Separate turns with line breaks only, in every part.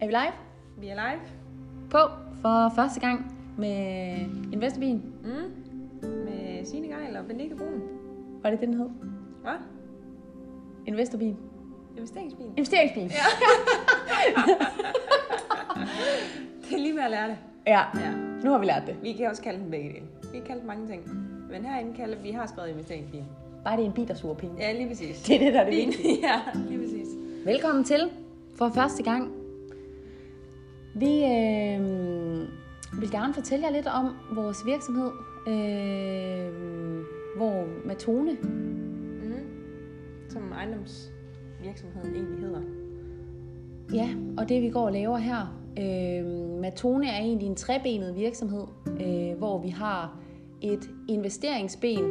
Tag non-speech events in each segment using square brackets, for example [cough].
vi live
Vi er live.
på for første gang med Investorbilen.
Mm. Med Signe Geil og Benedikte Brun.
Var det det, den hed?
Hvad?
Investorbilen.
Investeringsbilen.
Investeringsbilen. Ja.
Det er lige med at lære det.
ja.
Ja.
Nu har vi lært det.
Vi kan også kalde den begge dele. Vi kan kalde den mange ting. Men herinde kalder vi har skrevet investeringsbilen.
Bare det er en bil, der suger penge.
Ja, lige præcis.
[laughs] Det er det, der er det vigtige.
Bilen. [laughs] ja, lige præcis.
Velkommen til for første gang. Vi øh, vil gerne fortælle jer lidt om vores virksomhed, øh, hvor Matone,
Mm. Som ejendomsvirksomheden egentlig hedder.
ja, og det vi går og laver her. Øh, Matone er egentlig en trebenet virksomhed, øh, hvor vi har et investeringsben,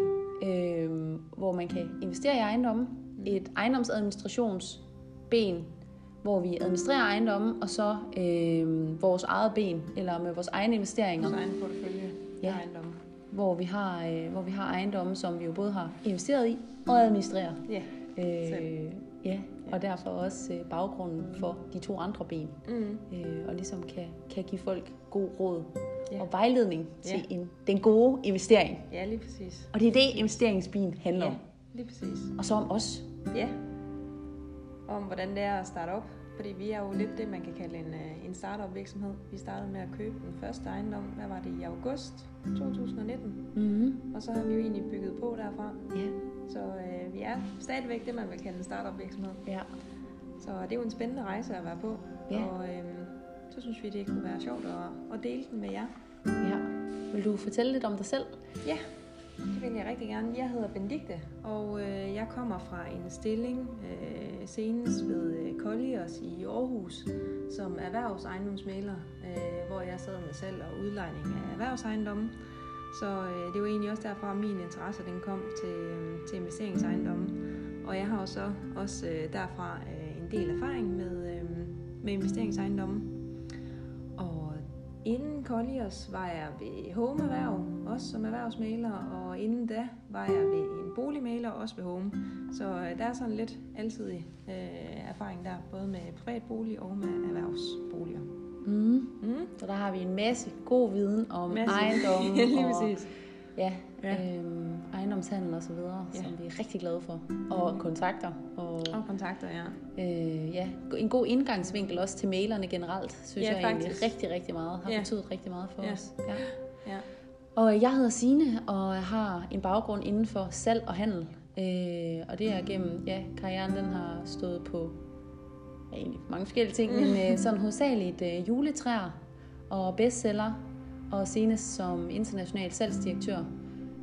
øh, hvor man kan investere i ejendomme, et ejendomsadministrationsben, hvor vi administrerer ejendomme, og så øh, vores eget ben, eller med vores egne investeringer.
Så egen portefølje.
Ja.
Ejendomme.
hvor vi har, øh, hvor vi har ejendomme, som vi jo både har investeret i og administrerer.
Ja.
Øh, ja, og derfor også øh, baggrunden for de to andre ben,
Mm.
øh, og ligesom kan, kan give folk god råd
Ja.
og vejledning til
Ja.
en, den gode investering.
Ja, lige præcis.
Og det er det, investeringsben handler om.
Ja, lige præcis.
Og så om os.
Ja. Om hvordan det er at starte op. Fordi vi er jo lidt det, man kan kalde en, øh, en startup virksomhed. Vi startede med at købe den første ejendom, hvad var det, i august 2019.
Mm-hmm.
Og så har vi jo egentlig bygget på derfra.
Ja.
Så øh, vi er stadigvæk det, man vil kalde en startup virksomhed.
ja.
Så det er jo en spændende rejse at være på.
Ja.
Og øh, så synes vi, det kunne være sjovt at, at dele den med jer.
Ja. Vil du fortælle lidt om dig selv?
Ja, det vil jeg rigtig gerne. Jeg hedder Benedikte, og øh, jeg kommer fra en stilling øh, senest ved øh, Colliers i Aarhus, som erhvervsejendomsmaler, øh, hvor jeg sad med salg og udlejning af erhvervsejendomme. Så øh, det var egentlig også derfra, min interesse den kom til, øh, til investeringsejendomme. Og jeg har også, også øh, derfra øh, en del erfaring med, øh, med investeringsejendomme. Og inden Colliers var jeg ved Home Erhverv, også som erhvervsmaler, og inden da var jeg ved en boligmaler, også ved Home. Så øh, der er sådan lidt altid øh, erfaring der, både med privatbolig og med erhvervsboliger.
Mm.
Mm.
Så der har vi en masse god viden om ejendomme.
[laughs] ja, lige
og-
præcis.
Ja,
Ja.
ja. Øhm, ejendomshandel og så videre,
Ja.
ja. som vi er rigtig glade for. Og kontakter. Og,
Og kontakter, ja.
øh, ja, en god indgangsvinkel også til mailerne generelt, synes
Ja,
jeg
faktisk.
egentlig rigtig, rigtig meget. Har
Ja.
ja. betydet rigtig meget for
Ja.
os. Ja.
ja.
Og jeg hedder Sine og har en baggrund inden for salg og handel. Øh, og det er gennem, ja, karrieren den har stået på ja, egentlig mange forskellige ting, mm. men øh, sådan hovedsageligt øh, juletræer og bestseller, og senest som international salgsdirektør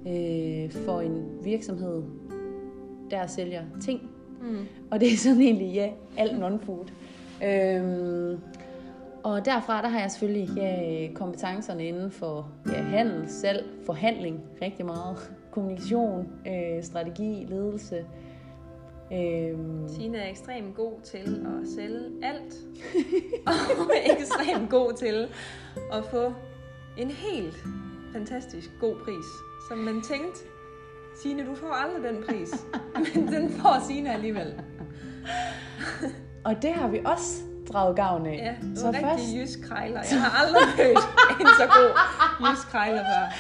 øh, for en virksomhed, der sælger ting
Mm.
og det er sådan egentlig, ja, alt non-food. Øhm, og derfra, der har jeg selvfølgelig ja, kompetencerne inden for ja, handel, salg, forhandling rigtig meget. Kommunikation, øh, strategi, ledelse. Øhm,
Tina er ekstremt god til at sælge
[laughs]
alt, og ekstremt god til at få en helt fantastisk god pris, som man tænkte, Signe, du får aldrig den
[laughs]
pris, men den får Signe alligevel.
og det har vi også draget gavn af.
Ja, du er
Så
rigtig
først,
jysk krejler. Jeg har aldrig mødt en så god jysk krejler før.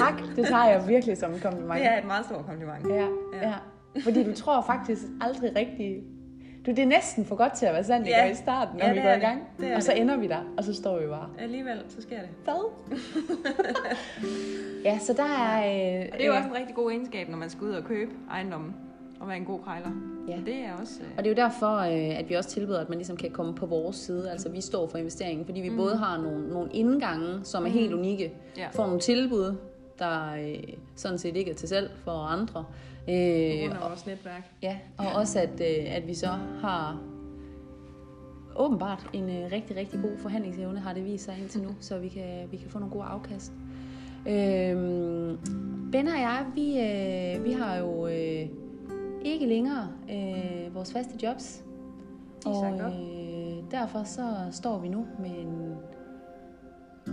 tak, det tager jeg virkelig som en kompliment.
Det er et meget stort kompliment.
Ja,
Ja.
ja. ja. Fordi du tror faktisk aldrig rigtigt... Du, det er næsten for godt til at være sandt,
Ja.
ja. i starten, når
Ja,
vi
det
går
er
i
det.
gang.
Det er
og så
det.
ender vi der, og så står vi bare...
Alligevel, så sker det.
Hvad? [laughs] ja, så der er... Øh,
Og det er jo også en rigtig god egenskab, når man skal ud og købe ejendommen og være en god krejler.
Ja.
Det er også... øh,
og det er jo derfor, øh, at vi også tilbyder, at man ligesom kan komme på vores side. Altså, vi står for investeringen, fordi vi mm. både har nogle, nogle indgange, som er mm. helt unikke,
Mhm. Ja.
får nogle tilbud, der øh, sådan set ikke er til salg for andre. Øh,
under vores netværk.
Ja, og også at, øh, at vi så har åbenbart en øh, rigtig, rigtig god forhandlingsevne, har det vist sig indtil nu, så vi kan, vi kan få nogle gode afkast. Øhm, ben og jeg, vi, øh, vi har jo øh, ikke længere øh, vores faste jobs,
De er
og
sagt op.
øh, derfor så står vi nu med en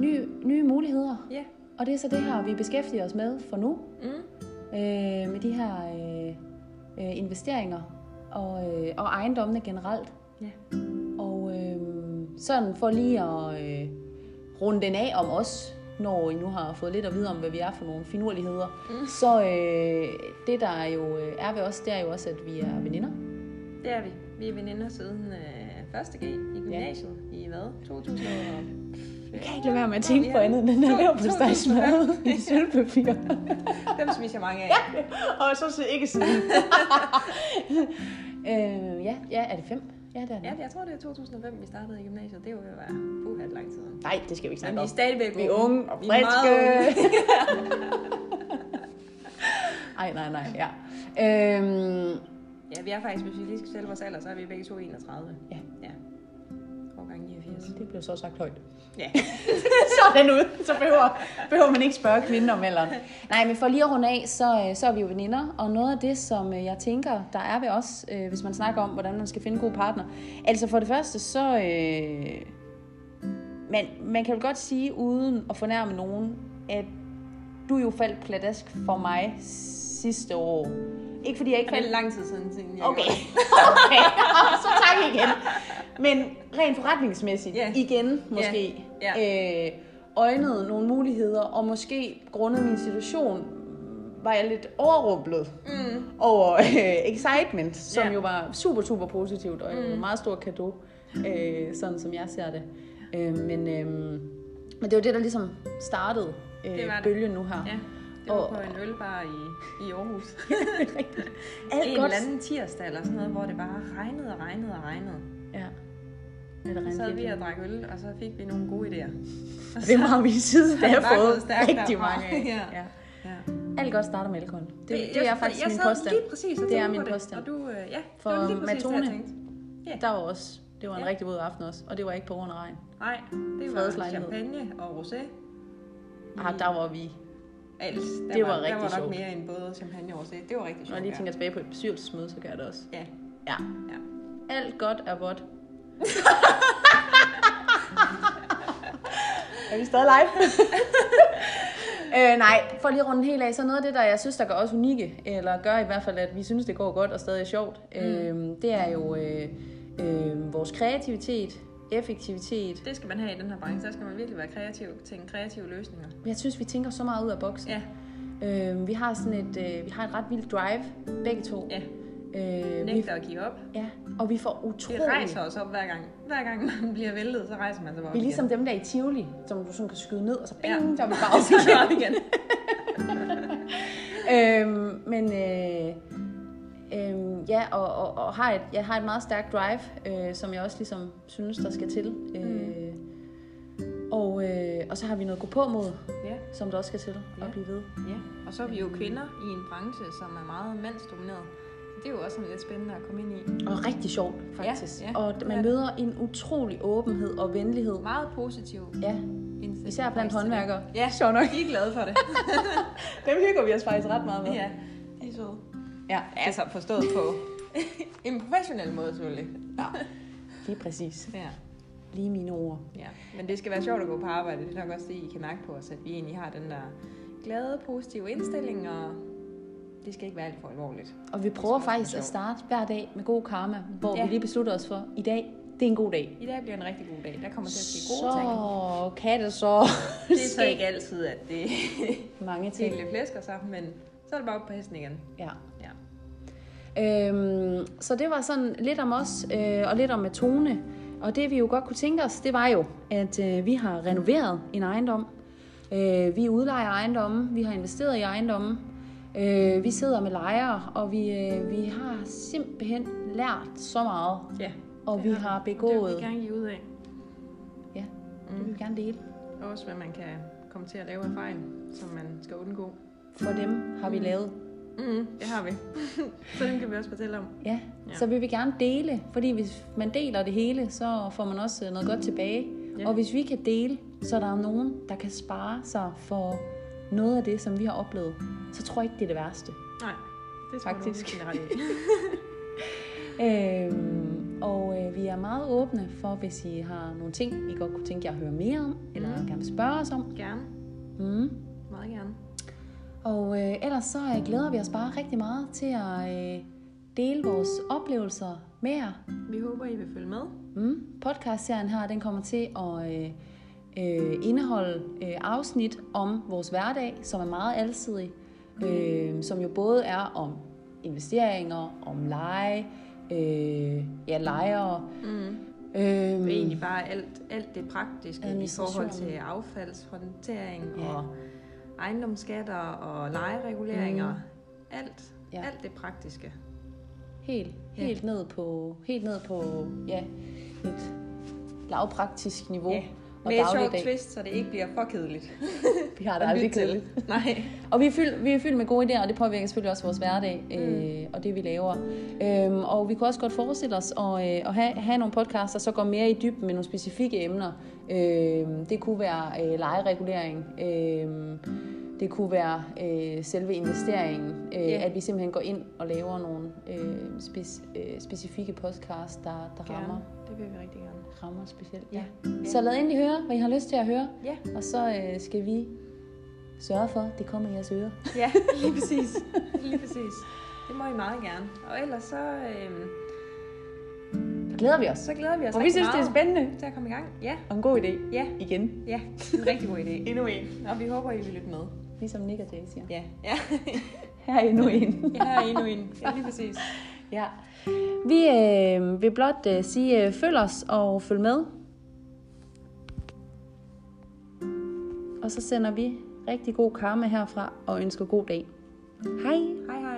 nye, nye muligheder,
Ja.
og det er så det her, vi beskæftiger os med for nu
Mm.
øh, med de her øh, øh, investeringer og, øh, og ejendommene generelt.
Ja.
Og øh, sådan for lige at øh, runde den af om os, når I nu har fået lidt at vide om, hvad vi er for nogle finurligheder, mm. så øh, det, der jo øh, er ved os, det er jo også, at vi er veninder.
Det er vi. Vi er veninder siden øh, 1. G i gymnasiet ja. i hvad? 2000 og...
Jeg kan ikke lade være med at tænke på andet end den der leverpostejsmad i sølvpapir.
Dem spiser jeg mange af.
[laughs] Og så se ikke [laughs] siden. øh, ja, ja, er det fem? Ja, det er det.
Ja, jeg tror, det er 2005, vi startede i gymnasiet. Det er jo ved at være puha lang tid.
Nej, det skal vi ikke
Men
snakke
vi er
om.
stadigvæk
Vi er
åbne.
unge og
Vi er
friske.
meget
[laughs] Ej, nej, nej, ja. Øhm,
Ja, vi er faktisk, hvis vi lige skal sælge vores alder, så er vi begge to 31.
Ja.
Ja. Årgang 89.
Altså, det blev så sagt højt.
Ja.
sådan ud, [laughs] så behøver, behøver man ikke spørge kvinden om alderen. Nej, men for lige at runde af, så, øh, så er vi jo veninder, og noget af det, som øh, jeg tænker, der er ved os, øh, hvis man snakker om, hvordan man skal finde gode partner. Altså for det første, så... Øh, man, man kan jo godt sige, uden at fornærme nogen, at du jo faldt pladask for mig sidste år. Ikke fordi jeg ikke
Og det
faldt
er lang tid siden, siden jeg
Okay.
gjorde det.
[laughs] okay. Så tak igen. Men rent forretningsmæssigt
Ja.
yeah. igen måske.
Ja.
Øh, øjnede nogle muligheder, og måske grundet min situation var jeg lidt overrumplet mm. over [laughs] øh, excitement, som
Ja.
yeah. jo var super, super positivt, og mm. en meget stor gave, øh, sådan som jeg ser det. Øh, men, øh, men det var det, der ligesom startede øh,
Det var det.
bølgen nu her. [laughs]
Ja. Det var
Og-
på en ølbar i, i Aarhus.
Alt
en
godt.
eller anden tirsdag eller sådan noget, hvor det bare regnede og regnede og regnede.
Ja. Er det
Så sad
rent
vi og drak øl, og så fik vi nogle gode idéer.
Dem har vi
[laughs]
siden da
har det bare
fået
gået stærkt
rigtig
derfra.
mange af.
Ja.
Ja.
Ja.
Alt godt starter med alkohol. Det, det er
jeg,
faktisk
jeg
min
sad
påstand.
Lige præcis, og
Det er
tænkte
min
på
påstand.
Og du, øh, ja,
For
det var lige præcis
Matone.
det, jeg tænkte.
Der var også, det var en
Ja.
rigtig våd aften også, og det var ikke på grund af regn.
Nej, det var
Fredslejlighed.
champagne og rosé. Mm.
Ah, der var vi.
Alt. Der
Det
var,
var
der
rigtig
var nok
sjovt.
mere end både champagne og rosé. Det var rigtig
Når jeg
sjovt.
lige tænker tilbage på et bestyrelsesmøde, så gør jeg det også.
Ja.
Ja.
Ja.
Alt godt er vådt. [laughs] er vi stadig live? [laughs] øh, nej, for lige at runde den helt af, så noget af det, der jeg synes, der gør os unikke, eller gør i hvert fald, at vi synes, det går godt og stadig er sjovt, mm. øh, det er jo øh, øh, vores kreativitet, effektivitet.
Det skal man have i den her branche. Der skal man virkelig være kreativ, tænke kreative løsninger.
Jeg synes, vi tænker så meget ud af boksen.
Ja,
Øh, vi har sådan et, øh, vi har et ret vildt drive, begge to.
ja.
Øh, vi,
Nægter at give op.
ja, og vi får
Det
utrolig...
rejser os op hver gang. Hver gang man bliver væltet, så rejser man sig bare op
Vi er
igen.
ligesom dem der i Tivoli, som du sådan kan skyde ned, og så bing, ja.
Ja.
der er vi bare også
[laughs] Så
[laughs]
op igen.
øhm, men øh, øhm, ja, og, og, og har et, jeg har et meget stærkt drive, øh, som jeg også ligesom synes, der skal til. Øh, og, øh, og så har vi noget at gå på mod,
Ja,
som der også skal til
Ja.
at blive ved.
ja. Og så er vi jo kvinder i en branche, som er meget mandsdomineret. Så det er jo også sådan lidt spændende at komme ind i.
Og rigtig sjovt, faktisk.
Ja, ja,
og
det er
man
det.
møder en utrolig åbenhed og venlighed.
Meget positiv
Ja,
indstilling.
især blandt
faktisk til det.
håndværkere.
Ja,
sjovt nok.
de er glade
[laughs]
for det.
Dem hygger vi os faktisk ret meget med.
ja, de er søde.
ja.
Altså forstået
[laughs]
på en professionel måde, selvfølgelig.
Lige præcis.
Ja.
Lige mine ord.
Ja, men det skal være sjovt at gå på arbejde. Det er nok også det, I kan mærke på os, at vi egentlig har den der glade, positive indstilling, og det skal ikke være alt for alvorligt.
Og vi prøver
Det skal også være
faktisk at
sjovt.
starte hver dag med god karma, hvor ja.
Ja.
vi lige beslutter os for, i dag, det er en god dag.
I dag bliver en rigtig god dag. Der kommer til at ske gode
[laughs]
ting.
Så kan det så
Det er så ikke altid, at det
mange ting.
hele flæsker sig, men så er det bare op på hesten igen.
Ja.
Ja.
Øhm, så det var sådan lidt om os, øh, og lidt om Matone. Og det vi jo godt kunne tænke os, det var jo, at øh, vi har renoveret en ejendom. Øh, vi udlejer ejendomme, vi har investeret i ejendomme. Øh, vi sidder med lejere, og vi, øh, vi har simpelthen lært så meget.
ja.
Og
Det
vi
har vi.
har
Det vil
begået...
vi gerne give ud af.
Ja, det vil vi gerne dele.
Også hvad man kan komme til at lave af fejl, som man skal undgå.
For dem har vi lavet.
Mm, det har vi. [laughs] så dem kan vi også fortælle om.
Ja.
Ja.
ja, så vi vil gerne dele, fordi hvis man deler det hele, så får man også øh, noget godt tilbage.
Ja.
Ja. Og hvis vi kan dele, så der er nogen, der kan spare sig for noget af det, som vi har oplevet, så tror jeg ikke, det er det værste.
Nej, det tror
Faktisk.
jeg nu, du er ret i.
Øhm, og øh, vi er meget åbne for, hvis I har nogle ting, I godt kunne tænke jer at høre mere om, eller gerne vil spørge os om.
Gerne.
Mm.
Meget gerne.
Og øh, ellers så øh, glæder vi os bare rigtig meget til at øh, dele vores oplevelser med jer.
Vi håber, I vil følge med.
Mm. Podcastserien her, den kommer til at øh, øh, indeholde øh, afsnit om vores hverdag, som er meget alsidig, øh, som jo både er om investeringer, om leje, øh, ja, lejere.
Mm.
Øh,
Mm. Egentlig bare alt, alt det praktiske i forhold til
Administration.
affaldshåndtering
Ja.
ja. og ejendomsskatter og lejereguleringer. Mm. Alt,
Ja.
ja. alt det praktiske.
Helt,
Ja.
helt ned på, helt ned på ja, et lavpraktisk niveau.
Ja.
Ja. Og
Med et sjovt
dagligdag.
twist, så det ikke bliver for kedeligt.
Vi har det
at
aldrig
lytte
kedeligt.
til. Nej.
Og vi er, fyldt, vi er fyldt med gode idéer, og det påvirker selvfølgelig også vores hverdag
Mm.
øh, og det, vi laver. Øhm, og vi kunne også godt forestille os at, øh, at have, have nogle podcasts, der så går mere i dybden med nogle specifikke emner. Øh, det kunne være øh, lejeregulering, øh, det kunne være øh, selve investeringen, øh,
Ja.
at vi simpelthen går ind og laver nogle øh, spec, øh, specifikke podcasts, der, der rammer,
Gerne. Det vil vi rigtig gerne.
rammer specielt.
Ja.
Så lad endelig høre, hvad I har lyst til at høre,
Ja.
og så øh, skal vi sørge for, at det kommer i jeres ører.
Ja, [laughs] lige præcis. lige præcis. Det må I meget gerne. Og ellers så, øh,
Det glæder vi os.
så glæder vi os
For vi
rigtig
synes, det
Altså, meget
er spændende
til at komme i gang. Ja,
og en god idé.
ja,
Igen.
ja. En rigtig god idé. Endnu en. Og vi håber, I vil lytte med.
Ligesom Nick og Jay siger.
Ja, ja.
Her er endnu en.
Jeg er endnu en. Ja, lige præcis.
ja. Vi øh, vil blot øh, sige, øh, følg os og følg med. Og så sender vi rigtig god karma herfra og ønsker god dag. Hej!
Hej hej.